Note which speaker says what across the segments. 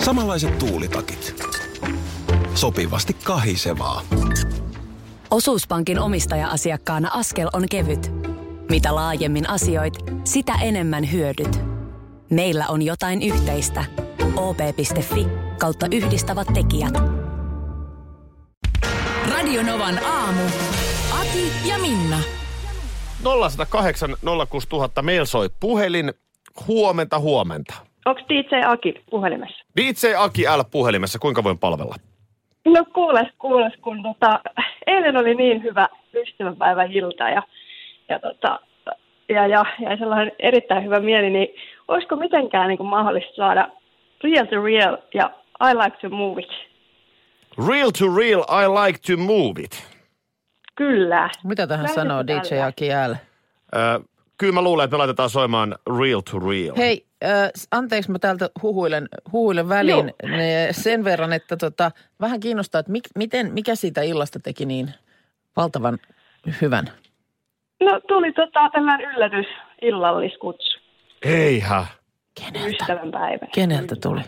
Speaker 1: Samanlaiset tuulitakit. Sopivasti kahisevaa.
Speaker 2: Osuuspankin omistaja-asiakkaana askel on kevyt. Mitä laajemmin asioit, sitä enemmän hyödyt. Meillä on jotain yhteistä. op.fi kautta yhdistävät tekijät. Radionovan aamu. Aki ja Minna.
Speaker 3: 0108 06000 meillä soi puhelin. Huomenta, huomenta.
Speaker 4: Onko DJ Aki puhelimessa?
Speaker 3: DJ Aki L puhelimessa, kuinka voin palvella?
Speaker 4: No kuules, kuules, kun tota, eilen oli niin hyvä ystävänpäivän ilta ja, ja, tota, ja, ja, ja sellainen erittäin hyvä mieli, niin olisiko mitenkään niin kuin mahdollista saada Real to Real ja I Like to Move It?
Speaker 3: Real to real, I like to move it.
Speaker 4: Kyllä.
Speaker 5: Mitä tähän
Speaker 4: Lähdetään
Speaker 5: sanoo DJ
Speaker 4: tällä.
Speaker 5: Aki L?
Speaker 3: Ö, kyllä mä luulen, että me laitetaan soimaan real to real.
Speaker 5: Hei, äh, s- anteeksi mä täältä huhuilen, huhuilen väliin ne, sen verran, että tota, vähän kiinnostaa, että mik, miten, mikä siitä illasta teki niin valtavan hyvän?
Speaker 4: No tuli tota, tällainen yllätysillalliskutsu
Speaker 3: Eihän.
Speaker 5: Keneltä?
Speaker 4: ystävänpäivä.
Speaker 5: Keneltä tuli?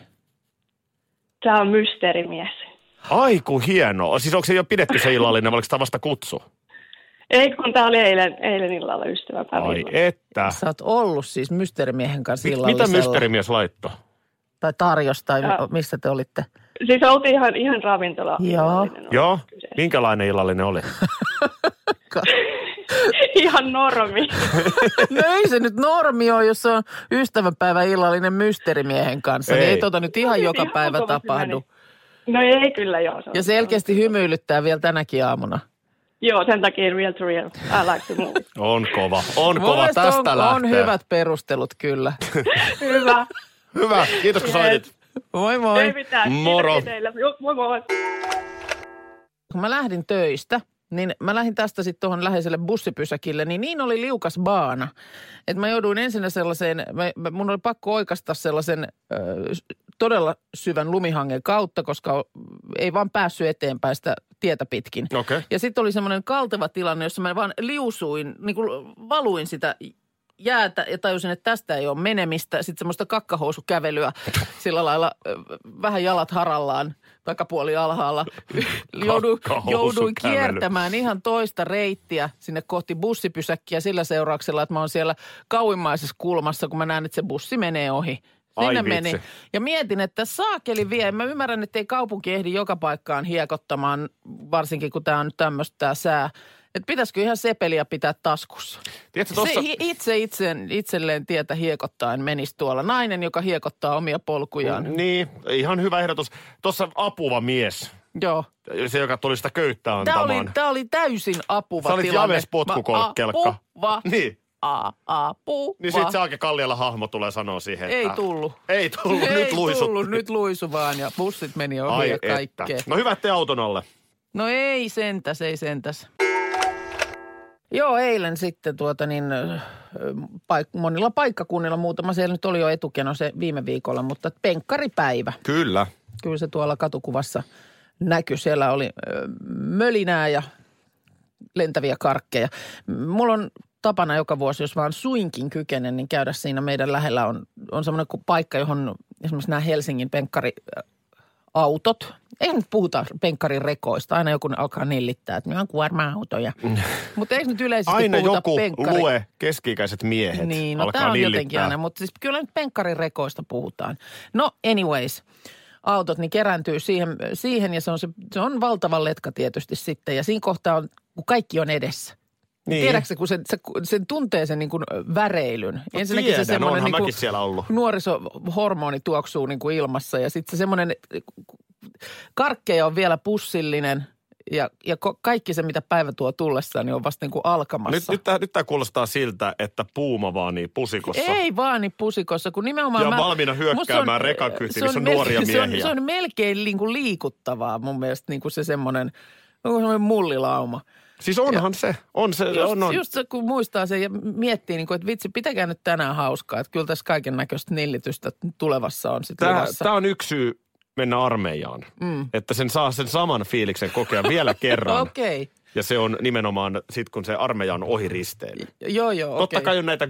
Speaker 4: Tämä on mysteerimies.
Speaker 3: Aiku hienoa. Siis onko se jo pidetty se illallinen vai oliko tämä vasta kutsu?
Speaker 4: Ei kun tämä oli eilen, eilen illalla ystävänpäivä.
Speaker 3: Ai että.
Speaker 5: Sä oot ollut siis mysteerimiehen kanssa
Speaker 3: Mit- Mitä
Speaker 5: illallisella. No,
Speaker 3: mysteerimies laitto?
Speaker 5: Tai tarjos tai
Speaker 4: Joo.
Speaker 5: missä te olitte?
Speaker 4: Siis oltiin ihan, ihan ravintola.
Speaker 5: Joo.
Speaker 4: illallinen oli
Speaker 3: Joo.
Speaker 4: kyseessä.
Speaker 3: Minkälainen illallinen oli?
Speaker 4: ihan normi.
Speaker 5: No ei se nyt normi ole, jos se on ystävänpäivä illallinen mysteerimiehen kanssa. Ei. Niin
Speaker 3: Ei.
Speaker 5: ei tota nyt ihan
Speaker 4: Siis
Speaker 5: joka
Speaker 4: ihan
Speaker 5: päivä
Speaker 4: mukavasti
Speaker 5: tapahdu.
Speaker 4: meni. No ei kyllä joo. Se on-
Speaker 5: Ja selkeästi hymyilyttää vielä tänäkin aamuna.
Speaker 4: Joo, sen takia real to real. I like to move.
Speaker 3: On kova. On kova.
Speaker 5: Mun mielestä
Speaker 3: Tästä
Speaker 5: on,
Speaker 3: lähtee.
Speaker 5: on hyvät perustelut kyllä.
Speaker 4: Hyvä.
Speaker 3: Hyvä. Kiitos kun soitit.
Speaker 5: Moi
Speaker 4: Ei
Speaker 5: moi.
Speaker 4: mitään. Kiitoksia
Speaker 3: Moro.
Speaker 4: teille. Joo, Moi moi.
Speaker 5: Kun mä lähdin töistä, niin mä lähdin tästä sitten tuohon läheiselle bussipysäkille, niin niin oli liukas baana. Että mä jouduin ensinnä sellaiseen, mä, mä- mun oli pakko oikasta sellaisen ö, s- todella syvän lumihangen kautta, koska o- ei vaan päässyt eteenpäin sitä tietä pitkin.
Speaker 3: Okei.
Speaker 5: Ja sitten oli semmoinen kalteva tilanne, jossa mä vaan liusuin, niin kuin valuin sitä jäätä ja tajusin, että tästä ei ole menemistä. Sitten semmoista kakkahousukävelyä sillä lailla ö, vähän jalat harallaan, takapuoli alhaalla. Jouduin, jouduin
Speaker 3: Kakkahousukävely.
Speaker 5: kiertämään ihan toista reittiä sinne kohti bussipysäkkiä sillä seurauksella, että mä oon siellä kauimmaisessa kulmassa, kun mä näen, että se bussi menee ohi.
Speaker 3: Ai
Speaker 5: Sinne
Speaker 3: vitsi.
Speaker 5: meni. Ja mietin, että saakeli vie. Mä ymmärrän, että ei kaupunki ehdi joka paikkaan hiekottamaan, varsinkin kun tämä on nyt tämmöistä tää sää. Että pitäisikö ihan sepeliä pitää taskussa?
Speaker 3: Tiedätkö,
Speaker 5: Tossa... Se
Speaker 3: tossa...
Speaker 5: hi- itse itsen, itselleen tietä hiekottaen menisi tuolla. Nainen, joka hiekottaa omia polkujaan. Mm.
Speaker 3: Niin, ihan hyvä ehdotus. Tuossa apuva mies,
Speaker 5: Joo.
Speaker 3: se joka tuli sitä köyttä
Speaker 5: Tämä oli,
Speaker 3: antamaan.
Speaker 5: tää oli täysin apuva
Speaker 3: Sä olit
Speaker 5: tilanne.
Speaker 3: James potkukolkkelkka.
Speaker 5: Mä- Apuva.
Speaker 3: Niin,
Speaker 5: A, apuva.
Speaker 3: niin sit se Aake Kallialla hahmo tulee sanoa siihen, että...
Speaker 5: Ei tullut.
Speaker 3: Ei tullut,
Speaker 5: Ei
Speaker 3: nyt luisut.
Speaker 5: tullut, nyt luisu vaan ja bussit meni ohi
Speaker 3: Ai
Speaker 5: ja
Speaker 3: että.
Speaker 5: kaikkea.
Speaker 3: No hyvä, että auton alle.
Speaker 5: No ei sentäs, ei sentäs. Joo, eilen sitten tuota niin, ö, paik- monilla paikkakunnilla muutama, siellä nyt oli jo etukeno se viime viikolla, mutta penkkaripäivä.
Speaker 3: Kyllä.
Speaker 5: Kyllä se tuolla katukuvassa näkyi. Siellä oli ö, mölinää ja lentäviä karkkeja. M- Mulla on tapana joka vuosi, jos vaan suinkin kykenen, niin käydä siinä meidän lähellä on, on semmoinen kuin paikka, johon esimerkiksi nämä Helsingin penkkariautot, ei nyt puhuta penkkarirekoista, aina joku alkaa nillittää, että ne on kuorma-autoja. Mutta eikö nyt yleisesti
Speaker 3: Mm. Aina
Speaker 5: puhuta
Speaker 3: joku
Speaker 5: penkkari...
Speaker 3: lue keski-ikäiset miehet
Speaker 5: Niin, no
Speaker 3: alkaa
Speaker 5: tämä on
Speaker 3: nillittää.
Speaker 5: jotenkin aina, mutta siis kyllä nyt penkkarirekoista puhutaan. No anyways, autot niin kerääntyy siihen, siihen ja se on, se, se on valtava letka tietysti sitten. Ja siinä kohtaa on, kun kaikki on edessä.
Speaker 3: Niin.
Speaker 5: Niin. Tiedätkö sä, kun sen, se, sen tuntee sen niin kuin väreilyn? No
Speaker 3: tiedän,
Speaker 5: se semmoinen
Speaker 3: onhan
Speaker 5: niin kuin
Speaker 3: mäkin siellä ollut.
Speaker 5: nuorisohormoni tuoksuu niin kuin ilmassa ja sitten se semmoinen karkkeja on vielä pussillinen ja, ja ko- kaikki se, mitä päivä tuo tullessaan, niin on vasta niin kuin alkamassa.
Speaker 3: Nyt, nyt, tää- nyt tämä kuulostaa siltä, että puuma vaan niin pusikossa.
Speaker 5: Ei vaan niin pusikossa, kun nimenomaan...
Speaker 3: Ja
Speaker 5: mä-
Speaker 3: valmiina hyökkäämään
Speaker 5: musta se on-
Speaker 3: rekakyytiin,
Speaker 5: se
Speaker 3: missä on nuoria
Speaker 5: melkein- Se on,
Speaker 3: miehiä.
Speaker 5: se on melkein niin kuin liikuttavaa mun mielestä niin kuin se semmoinen, onko semmoinen mullilauma.
Speaker 3: Siis onhan se. On se,
Speaker 5: Just,
Speaker 3: on, on.
Speaker 5: just se, kun muistaa sen ja miettii, niin kuin, että vitsi, pitäkää nyt tänään hauskaa. Että kyllä tässä kaiken näköistä nillitystä tulevassa on sitten
Speaker 3: Tämä,
Speaker 5: luvassa.
Speaker 3: tämä on yksi syy mennä armeijaan. Mm. Että sen saa sen saman fiiliksen kokea vielä kerran.
Speaker 5: Okei. Okay.
Speaker 3: Ja se on nimenomaan sit kun se armeijan ohi risteily.
Speaker 5: Joo, joo,
Speaker 3: Totta
Speaker 5: okei.
Speaker 3: kai on näitä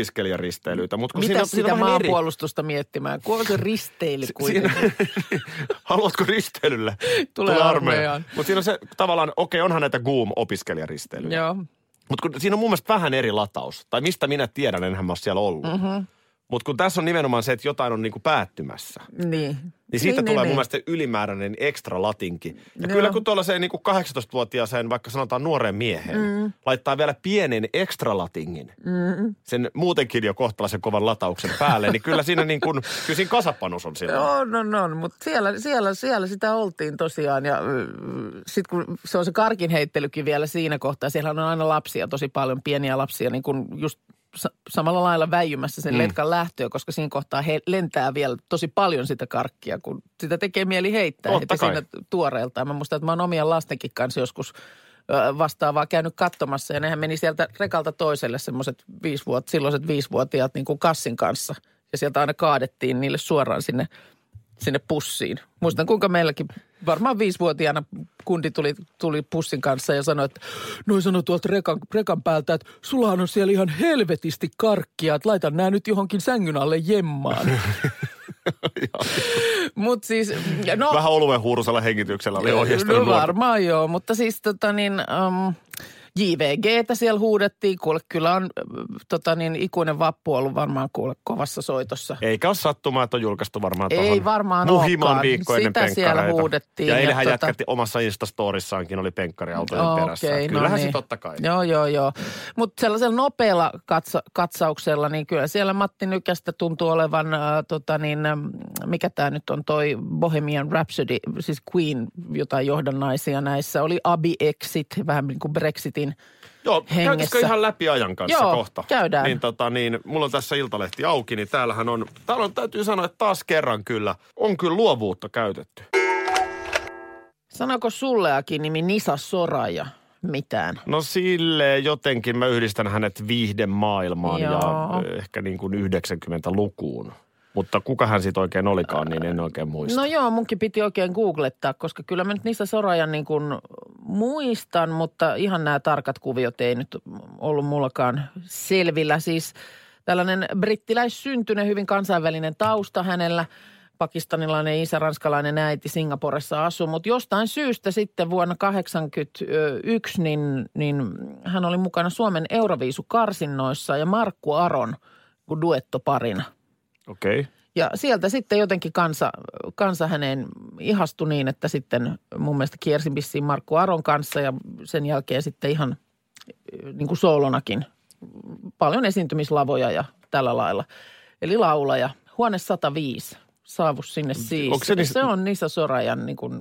Speaker 3: Goom-opiskelijaristeilyitä, mutta kun
Speaker 5: Mitä
Speaker 3: siinä, on-
Speaker 5: sitä
Speaker 3: siinä on vähän eri.
Speaker 5: maanpuolustusta miettimään, kun on se risteily kuitenkin.
Speaker 3: Siinä, haluatko risteilylle?
Speaker 5: Tule armeijaan.
Speaker 3: Mutta siinä on se tavallaan, okei, onhan näitä Goom-opiskelijaristeilyjä.
Speaker 5: Joo. niin.
Speaker 3: Mutta kun siinä on mun mielestä vähän eri lataus. Tai mistä minä tiedän, enhän mä ole siellä ollut. Mm-hmm. Mutta kun tässä on nimenomaan se, että jotain on niinku päättymässä,
Speaker 5: Niin.
Speaker 3: niin siitä
Speaker 5: niin,
Speaker 3: tulee
Speaker 5: niin,
Speaker 3: mun mielestä se ylimääräinen ekstra latinki. Ja
Speaker 5: Joo.
Speaker 3: kyllä kun tuollaiseen niinku 18-vuotiaaseen, vaikka sanotaan nuoreen mieheen, mm. laittaa vielä pienen ekstra latingin, mm. sen muutenkin jo kohtalaisen kovan latauksen päälle, niin kyllä siinä, niin kun, kyllä siinä kasapanos on silloin.
Speaker 5: Joo, no, no, mutta siellä, siellä, siellä sitä oltiin tosiaan ja sitten kun se on se karkin heittelykin vielä siinä kohtaa, siellä on aina lapsia, tosi paljon pieniä lapsia, niin kun just sa- samalla lailla väijymässä sen mm. letkan lähtöä, koska siinä kohtaa he lentää vielä tosi paljon sitä karkkia, kun sitä tekee mieli heittää
Speaker 3: Totta
Speaker 5: heti
Speaker 3: kai.
Speaker 5: siinä tuoreeltaan. Mä muistan, että mä oon omien lastenkin kanssa joskus ö, vastaavaa käynyt katsomassa ja nehän meni sieltä rekalta toiselle semmoiset viisivuot, silloiset viisivuotiaat niin kuin kassin kanssa. Ja sieltä aina kaadettiin niille suoraan sinne, sinne pussiin. Muistan kuinka meilläkin varmaan viisivuotiaana kundi tuli, tuli pussin kanssa ja sanoi, että noi sanoi tuolta rekan, rekan päältä, että sullahan on siellä ihan helvetisti karkkia, että laita nämä nyt johonkin sängyn alle jemmaan. Mutta siis, ja no,
Speaker 3: Vähän oluen huurusella hengityksellä oli ohjeistanut
Speaker 5: No
Speaker 3: nuorta.
Speaker 5: varmaan joo, mutta siis tota niin, um, JVGtä siellä huudettiin. Kuule, kyllä on ö, tota niin, ikuinen vappu ollut varmaan kuule kovassa soitossa.
Speaker 3: Eikä ole sattumaa, että on julkaistu varmaan
Speaker 5: Ei
Speaker 3: tuohon
Speaker 5: varmaan
Speaker 3: Muhiman
Speaker 5: olekaan.
Speaker 3: viikko ennen
Speaker 5: Sitä siellä
Speaker 3: penkkareita.
Speaker 5: huudettiin
Speaker 3: Ja
Speaker 5: ja
Speaker 3: eilähän
Speaker 5: tota-
Speaker 3: jätkätti omassa Instastorissaankin, oli penkkariautojen
Speaker 5: Okei, no niin.
Speaker 3: perässä. Että Kyllähän se totta kai.
Speaker 5: Joo, joo, joo. Mutta sellaisella nopealla katsa, katsauksella, niin kyllä siellä Matti Nykästä tuntuu olevan, äh, tota niin, ähm, mikä tämä nyt on toi Bohemian Rhapsody, siis Queen, jotain johdannaisia näissä. Oli Abi Exit, vähän niin kuin Brexitin
Speaker 3: Joo,
Speaker 5: hengessä.
Speaker 3: käytäisikö ihan läpi ajan kanssa
Speaker 5: Joo,
Speaker 3: kohta?
Speaker 5: käydään.
Speaker 3: Niin, tota, niin, mulla on tässä iltalehti auki, niin täällähän on, täällä on, täytyy sanoa, että taas kerran kyllä, on kyllä luovuutta käytetty.
Speaker 5: Sanako sulleakin nimi Nisa Soraja mitään?
Speaker 3: No sille jotenkin mä yhdistän hänet viihdemaailmaan ja
Speaker 5: Joo.
Speaker 3: ö, ehkä niin kuin 90-lukuun. Mutta kuka hän siitä oikein olikaan, niin en oikein muista.
Speaker 5: No joo, munkin piti oikein googlettaa, koska kyllä mä nyt Nisa Sorajan niin kuin muistan, mutta ihan nämä tarkat kuviot ei nyt ollut mullakaan selvillä. Siis tällainen brittiläissyntyinen, hyvin kansainvälinen tausta hänellä. Pakistanilainen isä, ranskalainen äiti Singaporessa asuu, mutta jostain syystä sitten vuonna 1981 niin, niin hän oli mukana Suomen Euroviisukarsinnoissa ja Markku Aron kun duettoparina.
Speaker 3: Okei. Okay.
Speaker 5: Ja sieltä sitten jotenkin kansa, kansa häneen ihastui niin, että sitten mun mielestä kiersin vissiin Markku Aron kanssa ja sen jälkeen sitten ihan äh, niin kuin soolonakin paljon esiintymislavoja ja tällä lailla. Eli laulaja, huone 105, saavu sinne siis.
Speaker 3: Onko se niissä-
Speaker 5: se on Nisa Sorajan niin kuin,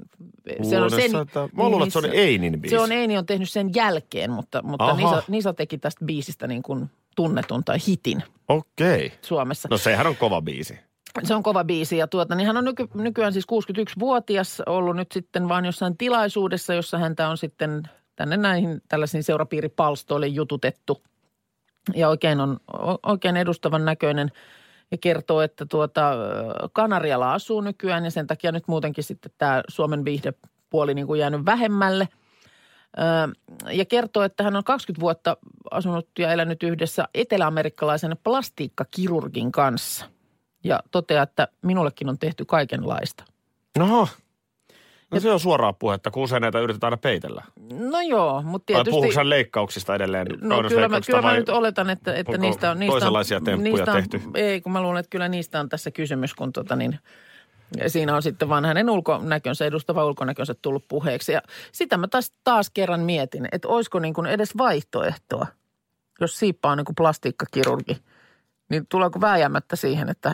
Speaker 3: Huone 100. Mä luulen, että se oli Einin biisi.
Speaker 5: Se on Eini on tehnyt sen jälkeen, mutta, mutta
Speaker 3: Aha.
Speaker 5: Nisa, Nisa, teki tästä biisistä niin kuin tunnetun tai hitin
Speaker 3: Okei. Okay.
Speaker 5: Suomessa.
Speaker 3: No sehän on kova biisi.
Speaker 5: Se on kova biisi ja tuota, niin hän on nyky, nykyään siis 61-vuotias ollut nyt sitten vaan jossain tilaisuudessa, jossa häntä on sitten tänne näihin tällaisiin seurapiiripalstoille jututettu. Ja oikein on o- oikein edustavan näköinen ja kertoo, että tuota, ö, Kanarialla asuu nykyään ja sen takia nyt muutenkin sitten tämä Suomen viihdepuoli niin kuin jäänyt vähemmälle. Ö, Ja kertoo, että hän on 20 vuotta asunut ja elänyt yhdessä eteläamerikkalaisen plastiikkakirurgin kanssa – ja toteaa, että minullekin on tehty kaikenlaista.
Speaker 3: No, no se on suoraa puhetta, kun usein näitä yritetään aina peitellä.
Speaker 5: No joo, mutta
Speaker 3: Vai
Speaker 5: tietysti...
Speaker 3: puhuuko hän leikkauksista edelleen?
Speaker 5: No kyllä mä, kyllä mä nyt oletan, että, että
Speaker 3: onko
Speaker 5: niistä on... Niistä on-
Speaker 3: toisenlaisia temppuja
Speaker 5: niistä on,
Speaker 3: tehty?
Speaker 5: Ei, kun mä luulen, että kyllä niistä on tässä kysymys, kun tota niin, siinä on sitten vaan hänen ulkonäkönsä, edustava ulkonäkönsä tullut puheeksi. Ja sitä mä taas, taas kerran mietin, että olisiko niin kuin edes vaihtoehtoa, jos Siippa on niin kuin plastiikkakirurgi, niin tuleeko vääjäämättä siihen, että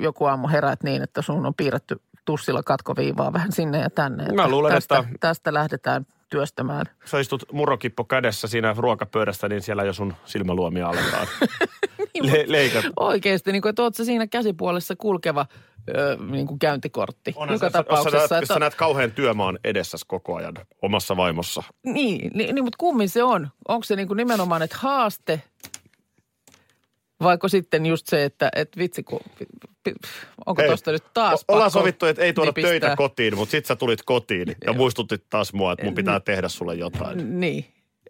Speaker 5: joku aamu heräät niin, että sun on piirretty tussilla katkoviivaa vähän sinne ja tänne.
Speaker 3: Mä
Speaker 5: että
Speaker 3: luulen,
Speaker 5: tästä,
Speaker 3: että-
Speaker 5: Tästä lähdetään työstämään.
Speaker 3: Sä istut murokippo kädessä siinä ruokapöydässä, niin siellä jo sun silmäluomia aletaan
Speaker 5: Niin,
Speaker 3: le- leikata.
Speaker 5: Oikeasti, niin kuin, että oot sä siinä käsipuolessa kulkeva ö, niin kuin käyntikortti
Speaker 3: Onhan
Speaker 5: joka
Speaker 3: se,
Speaker 5: tapauksessa.
Speaker 3: Jos sä, näet, jos
Speaker 5: että,
Speaker 3: sä näet kauhean työmaan edessäsi koko ajan omassa vaimossa.
Speaker 5: niin, niin, niin, mutta kummin se on? Onko se niin kuin nimenomaan, että haaste Vaiko sitten just se, että et vitsi, kun, onko
Speaker 3: Hei,
Speaker 5: tuosta nyt taas
Speaker 3: O- Ollaan
Speaker 5: pakko
Speaker 3: sovittu, että ei tuoda
Speaker 5: nipistää?
Speaker 3: töitä kotiin, mutta sit sä tulit kotiin ja muistutit taas mua, että mun pitää tehdä sulle jotain.
Speaker 5: Niin.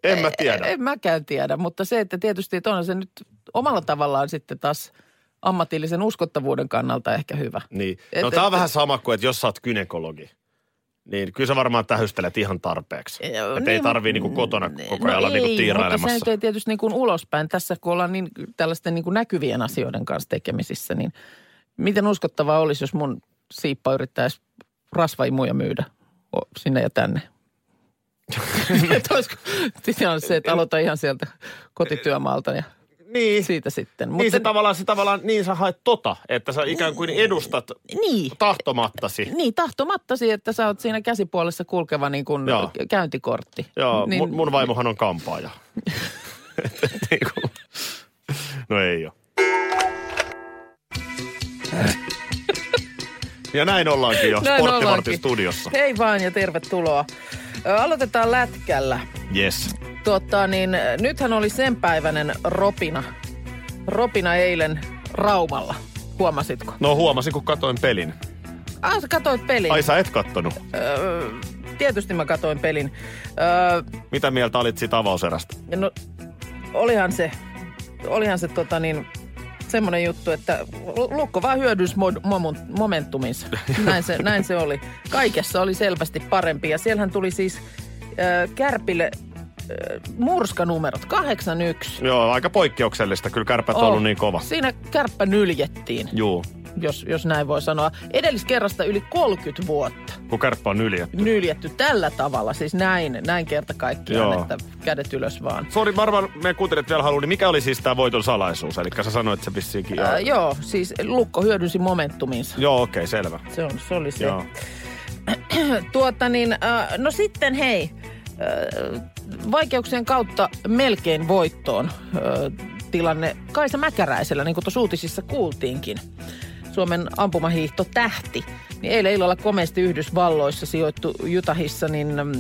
Speaker 3: En mä
Speaker 5: En,
Speaker 3: tiedä.
Speaker 5: en mäkään tiedä, mutta se, että tietysti että onhan se nyt omalla tavallaan sitten taas ammatillisen uskottavuuden kannalta ehkä hyvä.
Speaker 3: Niin. No
Speaker 5: Et-
Speaker 3: tää on
Speaker 5: et-
Speaker 3: vähän sama kuin, että jos sä oot kynekologi, niin kyllä sä varmaan tähystelet ihan tarpeeksi.
Speaker 5: Joo, niin,
Speaker 3: Että ei tarvii
Speaker 5: mut-
Speaker 3: niinku kotona koko
Speaker 5: no
Speaker 3: ajan olla
Speaker 5: ei,
Speaker 3: niinku
Speaker 5: mutta se
Speaker 3: tiirailemassa.
Speaker 5: nyt ei tietysti niin kuin ulospäin. Tässä kun ollaan niin, tällaisten niin kuin näkyvien asioiden kanssa tekemisissä, niin miten uskottavaa olisi, jos mun siippa yrittäisi rasvaimuja myydä o- sinne ja tänne? että olisiko, on se, että aloita ihan sieltä kotityömaalta ja
Speaker 3: Niin,
Speaker 5: siitä sitten.
Speaker 3: niin, se
Speaker 5: Mutta-
Speaker 3: tavallaan, se tavallaan, niin sä haet tota, että sä ikään kuin edustat
Speaker 5: niin.
Speaker 3: tahtomattasi.
Speaker 5: Niin, tahtomattasi, että sä oot siinä käsipuolessa kulkeva niin kuin
Speaker 3: Joo.
Speaker 5: käyntikortti.
Speaker 3: Joo,
Speaker 5: niin,
Speaker 3: niin... mun, mun vaimohan on kampaaja. Et- et niinku- no ei ole. Ja näin ollaankin jo
Speaker 5: Näin
Speaker 3: Sporttivartin
Speaker 5: ollaankin.
Speaker 3: studiossa.
Speaker 5: Hei vaan ja tervetuloa. Ö, Aloitetaan lätkällä.
Speaker 3: Yes.
Speaker 5: Tota, niin, ö, nythän oli sen päiväinen ropina. Ropina eilen Raumalla. Huomasitko?
Speaker 3: No huomasin, kun katoin pelin.
Speaker 5: Ah, sä katoit pelin.
Speaker 3: Ai sä et kattonut.
Speaker 5: Öö, tietysti mä katoin pelin. Öö,
Speaker 3: Mitä mieltä olit siitä avauserästä?
Speaker 5: no, olihan se, olihan se tota niin, semmoinen juttu, että Lukko vaan hyödys momentuminsa. Näin se, näin se oli. Kaikessa oli selvästi parempi ja siellähän tuli siis äh, Kärpille äh, murskanumerot 81.
Speaker 3: Joo, aika poikkeuksellista. Kyllä kärpät on
Speaker 5: Oh,
Speaker 3: ollut niin kova.
Speaker 5: Siinä kärppä nyljettiin,
Speaker 3: Juu,
Speaker 5: jos, jos näin voi sanoa. Edelliskerrasta yli 30 vuotta
Speaker 3: kun kärppä on yljetty.
Speaker 5: nyljetty tällä tavalla, siis näin, näin kerta kaikkiaan,
Speaker 3: Joo.
Speaker 5: että kädet ylös vaan.
Speaker 3: Sori, varmaan meidän kuuntelijat vielä haluaa, niin mikä oli siis tämä voiton salaisuus? Eli sä sanoit se vissiinkin.
Speaker 5: Äh,
Speaker 3: Joo,
Speaker 5: joo, siis Lukko hyödynsi momentuminsa.
Speaker 3: joo okei, okay, selvä.
Speaker 5: Se, on, se oli se.
Speaker 3: Joo.
Speaker 5: Tuota niin, äh, no sitten hei, äh, vaikeuksien kautta melkein voittoon äh, tilanne Kaisa Mäkäräisellä, niin kuin tuossa uutisissa kuultiinkin. Suomen ampumahiihto tähti. Niin eilen illalla komeasti Yhdysvalloissa sijoittu Utahissa niin mm,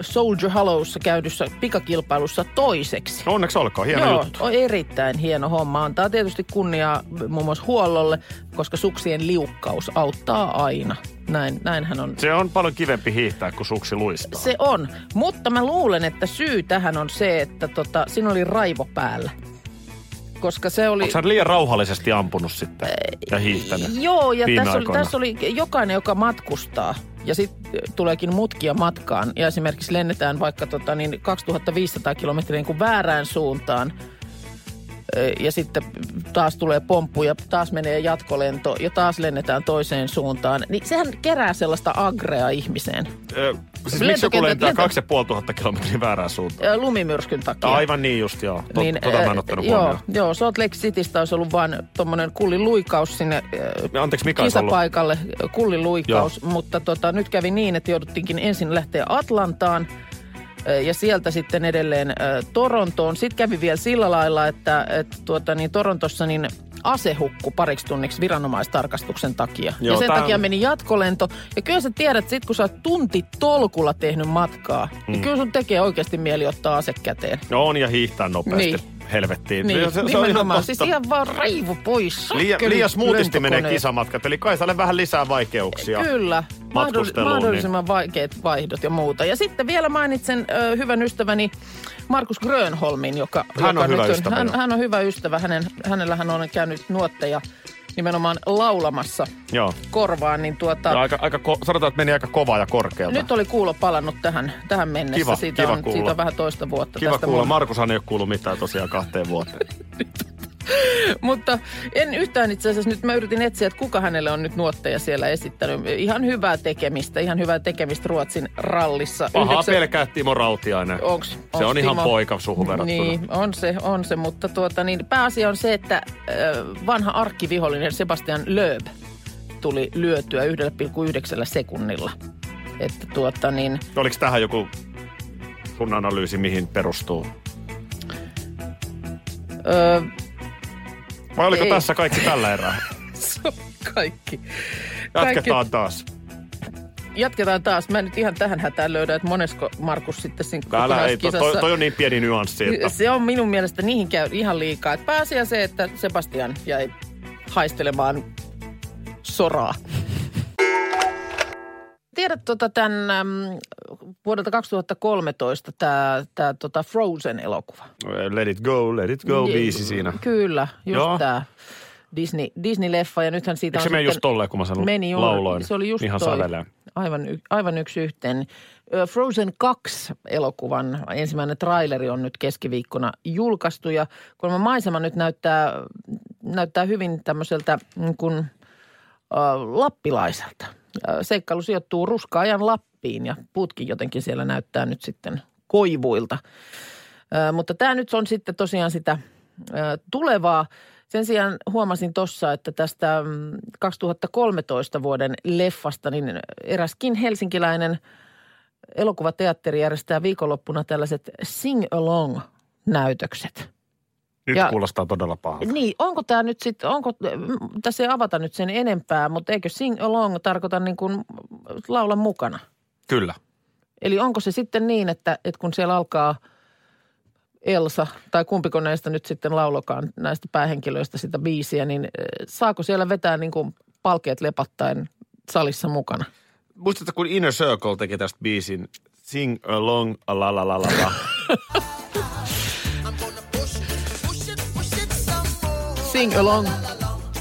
Speaker 5: Soldier Hollowssa käydyssä pikakilpailussa toiseksi.
Speaker 3: No onneksi olkoon, hieno
Speaker 5: Joo,
Speaker 3: juttu.
Speaker 5: on erittäin hieno homma. Antaa tietysti kunniaa muun muassa huollolle, koska suksien liukkaus auttaa aina. Näin, näinhän on.
Speaker 3: Se on paljon kivempi hiihtää kuin suksi luistaa.
Speaker 5: Se on, mutta mä luulen, että syy tähän on se, että tota, siinä oli raivo päällä. Koska se oli...
Speaker 3: Onko sä liian rauhallisesti ampunut sitten ja hiihtänyt?
Speaker 5: Äh, Joo, ja
Speaker 3: viime
Speaker 5: tässä oli,
Speaker 3: aikoina?
Speaker 5: tässä oli jokainen, joka matkustaa. Ja sitten tuleekin mutkia matkaan. Ja esimerkiksi lennetään vaikka tota, niin 2500 kilometriä niin kuin väärään suuntaan. Ö, Ja sitten taas tulee pomppu ja taas menee jatkolento ja taas lennetään toiseen suuntaan. Niin sehän kerää sellaista agrea ihmiseen.
Speaker 3: Ö, siis miksi joku
Speaker 5: Lentokentät-
Speaker 3: lentää
Speaker 5: lento-
Speaker 3: 2500 kilometriä väärään suuntaan?
Speaker 5: Ö, Lumimyrskyn takia.
Speaker 3: Aivan niin just, joo. Tot, niin, tota mä en
Speaker 5: ö,
Speaker 3: ottanut
Speaker 5: joo,
Speaker 3: huomioon.
Speaker 5: joo, Salt Lake Citystä olisi ollut vaan tuommoinen kullin luikaus sinne ö,
Speaker 3: No, Anteeksi, mikä olisi ollut?
Speaker 5: kisapaikalle kullin luikkaus, mutta tota, nyt kävi niin, että jouduttiinkin ensin lähteä Atlantaan ö, ja sieltä sitten edelleen ö, Torontoon. Sitten kävi vielä sillä lailla, että, että tuota, niin Torontossa niin ase hukku pariksi tunniksi viranomaistarkastuksen takia.
Speaker 3: Joo,
Speaker 5: ja sen
Speaker 3: tää on-
Speaker 5: takia meni jatkolento. Ja kyllä sä tiedät, sit kun sä oot tunti tolkulla tehnyt matkaa,
Speaker 3: Mm.
Speaker 5: niin kyllä sun tekee oikeasti mieli ottaa ase käteen.
Speaker 3: No on ja hiihtää nopeasti.
Speaker 5: Niin.
Speaker 3: Helvettiin.
Speaker 5: Niin,
Speaker 3: No, se- se on ihan
Speaker 5: nimenomaan.
Speaker 3: totta.
Speaker 5: Siis ihan vaan raivo pois.
Speaker 3: Liia,
Speaker 5: sakkeli,
Speaker 3: liian smoothisti menee
Speaker 5: lentokoneet.
Speaker 3: kisamatkat, eli kai sä vähän lisää vaikeuksia.
Speaker 5: Kyllä. Mahdoll-
Speaker 3: matkusteluun, niin-
Speaker 5: mahdollisimman vaikeat vaihdot ja muuta. Ja sitten vielä mainitsen ö, hyvän ystäväni Markus Grönholmin, joka,
Speaker 3: Hän on
Speaker 5: joka
Speaker 3: hyvä
Speaker 5: nyt
Speaker 3: ystävä,
Speaker 5: hän,
Speaker 3: joo.
Speaker 5: hän on hyvä ystävä. Hänen, hänellähän on käynyt nuotteja nimenomaan laulamassa
Speaker 3: Joo.
Speaker 5: korvaan, niin tuota...
Speaker 3: Ja aika, aika ko- sanotaan, että meni aika kovaa ja korkealta.
Speaker 5: Nyt oli kuulo palannut tähän, tähän mennessä.
Speaker 3: Kiva,
Speaker 5: siitä,
Speaker 3: kiva
Speaker 5: on,
Speaker 3: kuulla.
Speaker 5: siitä on vähän toista vuotta.
Speaker 3: Kiva
Speaker 5: tästä
Speaker 3: kuulla.
Speaker 5: mun-
Speaker 3: Markushan ei ole kuullut mitään tosiaan kahteen vuoteen.
Speaker 5: Mutta en yhtään itse asiassa, nyt mä yritin etsiä, että kuka hänelle on nyt nuotteja siellä esittänyt. Ihan hyvää tekemistä, ihan hyvää tekemistä Ruotsin rallissa.
Speaker 3: Pahaa
Speaker 5: Yhdeksän-
Speaker 3: pelkää Timo Rautiainen.
Speaker 5: Onks, onks
Speaker 3: se on ihan
Speaker 5: Timo-
Speaker 3: poika suhun verrattuna.
Speaker 5: Niin, on se, on se, mutta tuota, niin pääasia on se, että ö, vanha arkkivihollinen Sebastian Loeb tuli lyötyä 1,9 sekunnilla. Että tuota niin,
Speaker 3: Oliko tähän joku sun analyysi, mihin perustuu?
Speaker 5: ö,
Speaker 3: Vai oliko
Speaker 5: Ei.
Speaker 3: tässä kaikki tällä erää?
Speaker 5: se on kaikki.
Speaker 3: Jatketaan taas.
Speaker 5: jatketaan taas. Mä en nyt ihan tähän hätään löydä, että monesko Markus sitten siinä
Speaker 3: Älä, ei, to-
Speaker 5: kokonaiskisassa...
Speaker 3: toi, toi on niin pieni nyanssi, että...
Speaker 5: Se on minun mielestä niihin käy ihan liikaa. Et pääasia se, että Sebastian jäi haistelemaan soraa. Tiedät tota tämän äm, vuodelta 2013 tämä tää, tota Frozen-elokuva?
Speaker 3: Let it go, let it
Speaker 5: Niin.
Speaker 3: go, biisi siinä.
Speaker 5: Kyllä,
Speaker 3: Joo.
Speaker 5: just tämä Disney, Disney-leffa ja nythän siitä
Speaker 3: Eikö se
Speaker 5: on
Speaker 3: mene
Speaker 5: sitten-
Speaker 3: just tolleen, kun mä sen
Speaker 5: meni juuri,
Speaker 3: lauloin?
Speaker 5: Se oli just
Speaker 3: Ihan
Speaker 5: toi.
Speaker 3: sadelleen.
Speaker 5: Aivan, y, aivan yksi yhteen. Ö, Frozen 2-elokuvan ensimmäinen traileri on nyt keskiviikkona julkaistu ja kun maisema nyt näyttää, näyttää hyvin tämmöiseltä niin kuin, ö, lappilaiselta. Ö, Seikkailu sijoittuu ruskaajan Lappiin ja putki jotenkin siellä näyttää nyt sitten koivuilta. Ö, mutta tämä nyt on sitten tosiaan sitä ö, tulevaa. Sen sijaan huomasin tuossa, että tästä mm, 2013 vuoden leffasta, niin eräskin helsinkiläinen elokuvateatteri järjestää viikonloppuna tällaiset sing-along-näytökset.
Speaker 3: Nyt
Speaker 5: Ja-
Speaker 3: kuulostaa todella pahalta.
Speaker 5: Niin, onko tämä nyt sitten, onko, mm, tässä ei avata nyt sen enempää, mutta eikö sing-along tarkoita niin kuin laula mukana?
Speaker 3: Kyllä.
Speaker 5: Eli onko se sitten niin, että, että kun siellä alkaa Elsa tai kumpiko näistä nyt sitten laulokaan näistä päähenkilöistä sitä biisiä, niin eh, saako siellä vetää niin kuin palkeet lepattaen salissa mukana?
Speaker 3: Muistatko, kun Inner Circle teki tästä biisin Sing along, la la la la la.
Speaker 5: Sing along.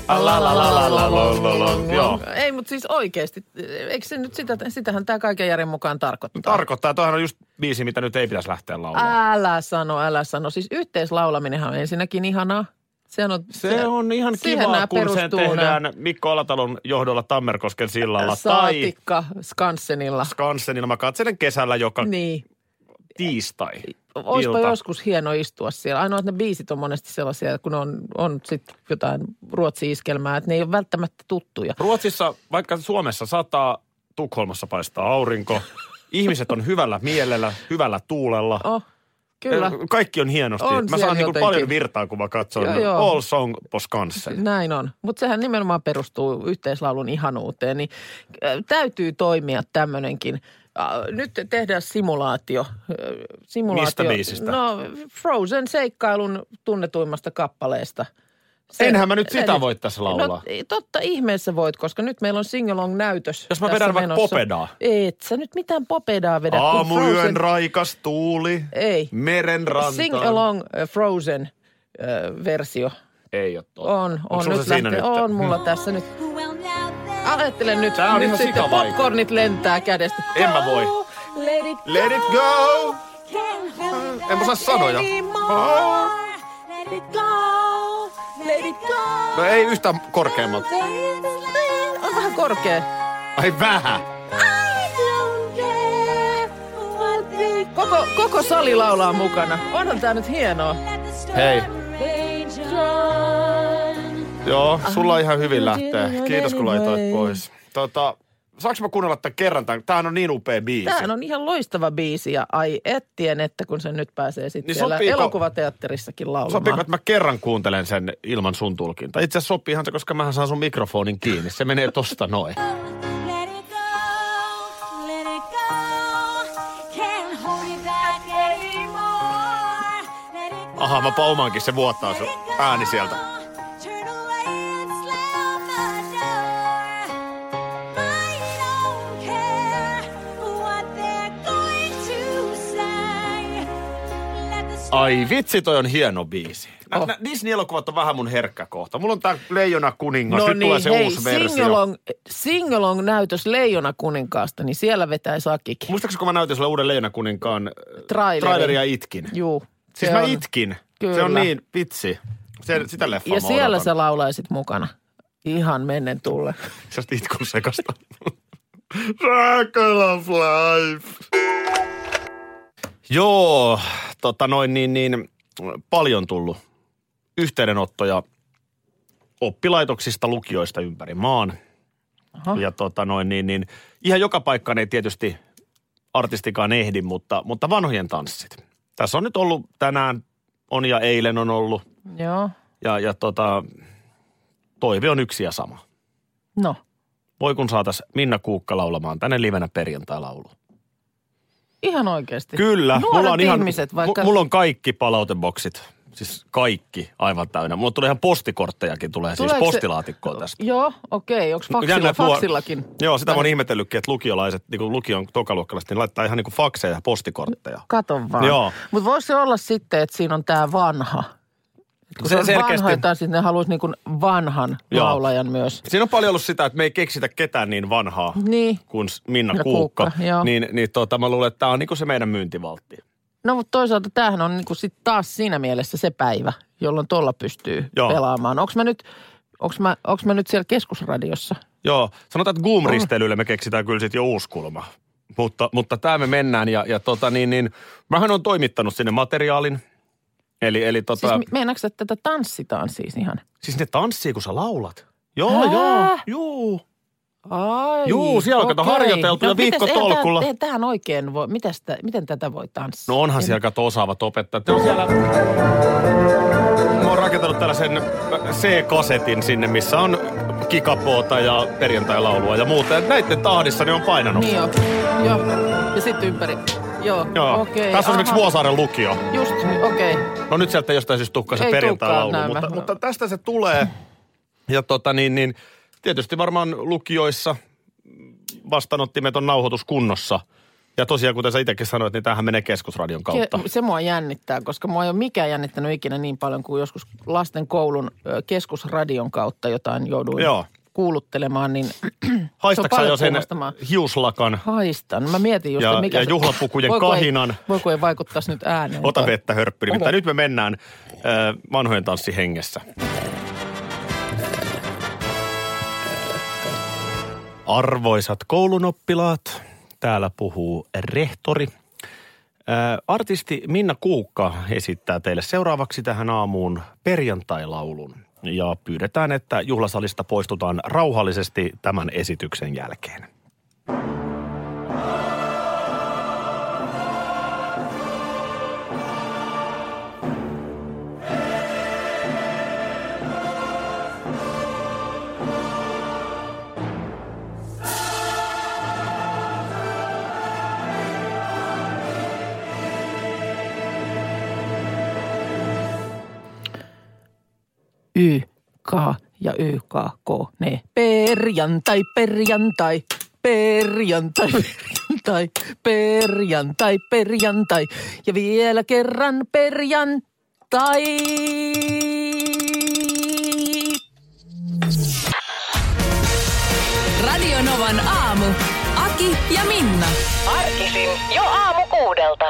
Speaker 3: Alalalalalalalalalong. Joo.
Speaker 5: Ei, mutta siis oikeasti, eikö se nyt sitä, sitähän tämä kaiken järjen mukaan tarkoittaa?
Speaker 3: Tarkoittaa, toihan on just biisi, mitä nyt ei pitäisi lähteä laulamaan.
Speaker 5: älä sano, älä sano. Siis yhteislaulaminenhan on ensinnäkin ihanaa. Sehän on,
Speaker 3: Se on ihan
Speaker 5: siihen
Speaker 3: kiva,
Speaker 5: nää
Speaker 3: kun se
Speaker 5: perustuu nää-
Speaker 3: tehdään Mikko Alatalon johdolla Tammerkosken sillalla. Tai
Speaker 5: Saatikka Skansenilla.
Speaker 3: Skansenilla. Mä katselen kesällä joka
Speaker 5: Niin.
Speaker 3: tiistai.
Speaker 5: Oispa
Speaker 3: ilta.
Speaker 5: joskus hieno istua siellä. Ainoa, että ne biisit on monesti sellaisia, kun on, on sitten jotain ruotsi-iskelmää, että ne ei ole välttämättä tuttuja.
Speaker 3: Ruotsissa, vaikka Suomessa sataa, Tukholmassa paistaa aurinko. Ihmiset on hyvällä mielellä, hyvällä tuulella.
Speaker 5: Oh, kyllä,
Speaker 3: Kaikki on hienosti.
Speaker 5: On
Speaker 3: mä
Speaker 5: siellä
Speaker 3: saan niin
Speaker 5: jotenkin.
Speaker 3: paljon virtaa, kun mä katson
Speaker 5: Joo, joo.
Speaker 3: All Song på Skansen.
Speaker 5: näin on. Mutta sehän nimenomaan perustuu yhteislaulun ihanuuteen, niin äh, täytyy toimia tämmöinenkin. Nyt tehdään simulaatio. Äh, simulaatio.
Speaker 3: Mistä biisistä?
Speaker 5: No, Frozen seikkailun tunnetuimmasta kappaleesta. Se-
Speaker 3: Enhän mä nyt sitä
Speaker 5: eli-
Speaker 3: voi tässä laulaa.
Speaker 5: No, totta ihmeessä voit, koska nyt meillä on singalong näytös
Speaker 3: Jos mä
Speaker 5: tässä
Speaker 3: vedän vaikka
Speaker 5: menossa.
Speaker 3: popedaa.
Speaker 5: Et sä nyt mitään popedaa vedä. kun Frozen-
Speaker 3: Aamuyön raikas tuuli,
Speaker 5: Ei.
Speaker 3: meren rantaan.
Speaker 5: Sing along äh, Frozen äh, versio.
Speaker 3: Ei ole totta.
Speaker 5: On,
Speaker 3: Onks
Speaker 5: on.
Speaker 3: sulla
Speaker 5: Nyt
Speaker 3: se siinä
Speaker 5: lähtee,
Speaker 3: nyt?
Speaker 5: on mulla tässä nyt. Ajattelen nyt,
Speaker 3: Tää on
Speaker 5: nyt
Speaker 3: ihan
Speaker 5: sitten
Speaker 3: sikavaikea.
Speaker 5: popcornit lentää kädestä.
Speaker 3: Mm. En mä voi.
Speaker 2: Let it
Speaker 3: Let it go! En mä saa sanoja.
Speaker 2: Let it go, let it go.
Speaker 3: No ei yhtään korkeammalta.
Speaker 5: On vähän korkea.
Speaker 3: Ai vähän.
Speaker 5: Koko, koko sali laulaa mukana. Onhan tää nyt hienoa.
Speaker 3: Hei. Joo, sulla ihan hyvin lähtee. Kiitos, kun laitoit pois. Tota, saanko mä kuunnella tämän kerran? Tämän? Tämähän on niin upea biisi.
Speaker 5: Tämähän on ihan loistava biisi ja ai ettien, että kun se nyt pääsee sitten
Speaker 3: Niin
Speaker 5: siellä
Speaker 3: sopiiko-
Speaker 5: elokuvateatterissakin laulamaan.
Speaker 3: Sopiiko, että mä kerran kuuntelen sen ilman sun tulkinta? Itse asiassa sopiihan se, koska mähän saan sun mikrofonin kiinni. Se menee tosta noin. Aha, mä paumaankin, se vuottaa sun ääni sieltä. Ai vitsi, toi on hieno biisi. Nä,
Speaker 5: Oh.
Speaker 3: nä, Disney-elokuvat on vähän mun herkkä kohta. Mulla on tää Leijona kuningas,
Speaker 5: No
Speaker 3: nyt tulee
Speaker 5: niin,
Speaker 3: se
Speaker 5: hei,
Speaker 3: uusi versio.
Speaker 5: singalong, singalong näytös Leijona kuninkaasta, niin siellä vetäisi Akikin.
Speaker 3: Muistaakseni, kun mä näytin sulle uuden Leijona kuninkaan äh,
Speaker 5: Traileri.
Speaker 3: traileria itkin?
Speaker 5: Juu.
Speaker 3: Siis
Speaker 5: se
Speaker 3: mä
Speaker 5: on.
Speaker 3: itkin. Se
Speaker 5: Kyllä.
Speaker 3: on niin, vitsi. Se, sitä leffaa
Speaker 5: Ja
Speaker 3: mä
Speaker 5: siellä
Speaker 3: odotan.
Speaker 5: sä laulaisit mukana. Ihan mennen tulle.
Speaker 3: Sellaista itkun sekasta. Circle of life. Joo, tota noin niin, niin paljon tullut yhteydenottoja oppilaitoksista, lukioista ympäri maan.
Speaker 5: Aha.
Speaker 3: Ja tota noin niin, niin ihan joka paikkaan ei tietysti artistikaan ehdi, mutta, mutta vanhojen tanssit. Tässä on nyt ollut tänään, on ja eilen on ollut
Speaker 5: Joo.
Speaker 3: ja, ja tota, toive on yksi ja sama.
Speaker 5: No.
Speaker 3: Voi kun saatas Minna Kuukka laulamaan tänne livenä perjantai-laulu.
Speaker 5: Ihan oikeasti.
Speaker 3: Kyllä.
Speaker 5: Nuoret ihmiset, vaikka...
Speaker 3: mu- Mulla on kaikki palauteboksit. Siis kaikki aivan täynnä. Mulla tulee ihan postikorttejakin, tulee
Speaker 5: Tuleeko
Speaker 3: siis
Speaker 5: se-
Speaker 3: postilaatikkoa tästä.
Speaker 5: Joo, okei. Onko faksilla,
Speaker 3: Jännä, että nuor-
Speaker 5: faksillakin?
Speaker 3: Joo, sitä mä oon ihmetellytkin, että lukiolaiset, niin kuin lukion tokaluokkalaiset, niin laittaa ihan niin kuin fakseja ja postikortteja.
Speaker 5: Kato vaan.
Speaker 3: Joo.
Speaker 5: Mutta voisi se olla sitten, että siinä on tämä vanha. Kun se, se on selkeästi... vanha, jotain, sitten ne haluaisi niin vanhan
Speaker 3: Joo.
Speaker 5: laulajan myös.
Speaker 3: Siinä on paljon ollut sitä, että me ei keksitä ketään niin vanhaa
Speaker 5: Niin.
Speaker 3: kuin s- Minna
Speaker 5: Minna Kuukka,
Speaker 3: Kuukka.
Speaker 5: joo.
Speaker 3: niin niin tota, mä luulen, että tämä on niin kuin se meidän myyntivaltti.
Speaker 5: No mutta toisaalta tämähän on niinku sit taas siinä mielessä se päivä, jolloin tuolla pystyy Joo.
Speaker 3: Joo.
Speaker 5: pelaamaan. Onko mä, nyt, onks mä, onks mä nyt siellä keskusradiossa?
Speaker 3: Joo, sanotaan, että
Speaker 5: Oh.
Speaker 3: Goom-risteilylle me keksitään kyllä sitten jo uusi kulma. Mutta, mutta tämä me mennään ja, ja tota niin, niin, mähän on toimittanut sinne materiaalin. Eli, eli tota,
Speaker 5: Siis
Speaker 3: siis,
Speaker 5: mi- meinaatko, että tätä tanssitaan siis ihan?
Speaker 3: siis ne tanssii, kun sä laulat. Joo,
Speaker 5: Ää?
Speaker 3: joo, joo.
Speaker 5: Ai,
Speaker 3: Juu, siellä kato,
Speaker 5: okei.
Speaker 3: harjoiteltu ja
Speaker 5: mites- No, eihän
Speaker 3: viikkotolkulla.
Speaker 5: tää- eihän Tähän oikein voi, mitäs tä, miten tätä voi tanssia?
Speaker 3: No onhan siellä kato osaavat opettajat. Ne on siellä... Mä oon rakentanut tällaisen C-kasetin sinne, missä on kikapoota ja perjantai-laulua ja muuta. Ja näiden tahdissa ne on painanut.
Speaker 5: Niin joo, joo. Ja sitten ympäri. Joo,
Speaker 3: Joo.
Speaker 5: okei.
Speaker 3: Tässä on esimerkiksi
Speaker 5: aha.
Speaker 3: Vuosaaren lukio.
Speaker 5: Just, okei.
Speaker 3: No nyt sieltä jostain syystä tukkaa se
Speaker 5: Ei
Speaker 3: perjantai-laulu,
Speaker 5: tulekaan
Speaker 3: mutta,
Speaker 5: näemmä.
Speaker 3: mutta tästä se tulee. Ja tota niin, niin tietysti varmaan lukioissa vastaanottimet on nauhoitus kunnossa. Ja tosiaan, kuten sä itsekin sanoit, niin tämähän menee keskusradion kautta.
Speaker 5: Se, se mua jännittää, koska mua ei ole mikään jännittänyt ikinä niin paljon kuin joskus lasten koulun ö, keskusradion kautta jotain jouduin
Speaker 3: Joo.
Speaker 5: kuuluttelemaan, niin
Speaker 3: Haistatko sä
Speaker 5: paljon
Speaker 3: jo sen
Speaker 5: kuumostavaa.
Speaker 3: hiuslakan?
Speaker 5: haistan. Mä mietin just,
Speaker 3: Ja-
Speaker 5: että mikä
Speaker 3: ja
Speaker 5: se-
Speaker 3: juhlapukujen
Speaker 5: voi kun ei-
Speaker 3: kahinan.
Speaker 5: Voi kun ei vaikuttaisi nyt ääneen.
Speaker 3: Ota
Speaker 5: toi.
Speaker 3: vettä hörppyri, mutta nyt me mennään äh, vanhojen tanssihengessä. Arvoisat koulunoppilaat, täällä puhuu rehtori. Äh, artisti Minna Kuukka esittää teille seuraavaksi tähän aamuun perjantai-laulun. Ja pyydetään, että juhlasalista poistutaan rauhallisesti tämän esityksen jälkeen.
Speaker 5: YK ja YKK, ne perjantai, perjantai, perjantai, perjantai, perjantai, perjantai ja vielä kerran perjantai.
Speaker 2: Radio Novan aamu. Aki ja Minna.
Speaker 6: Arkisin jo aamu kuudelta.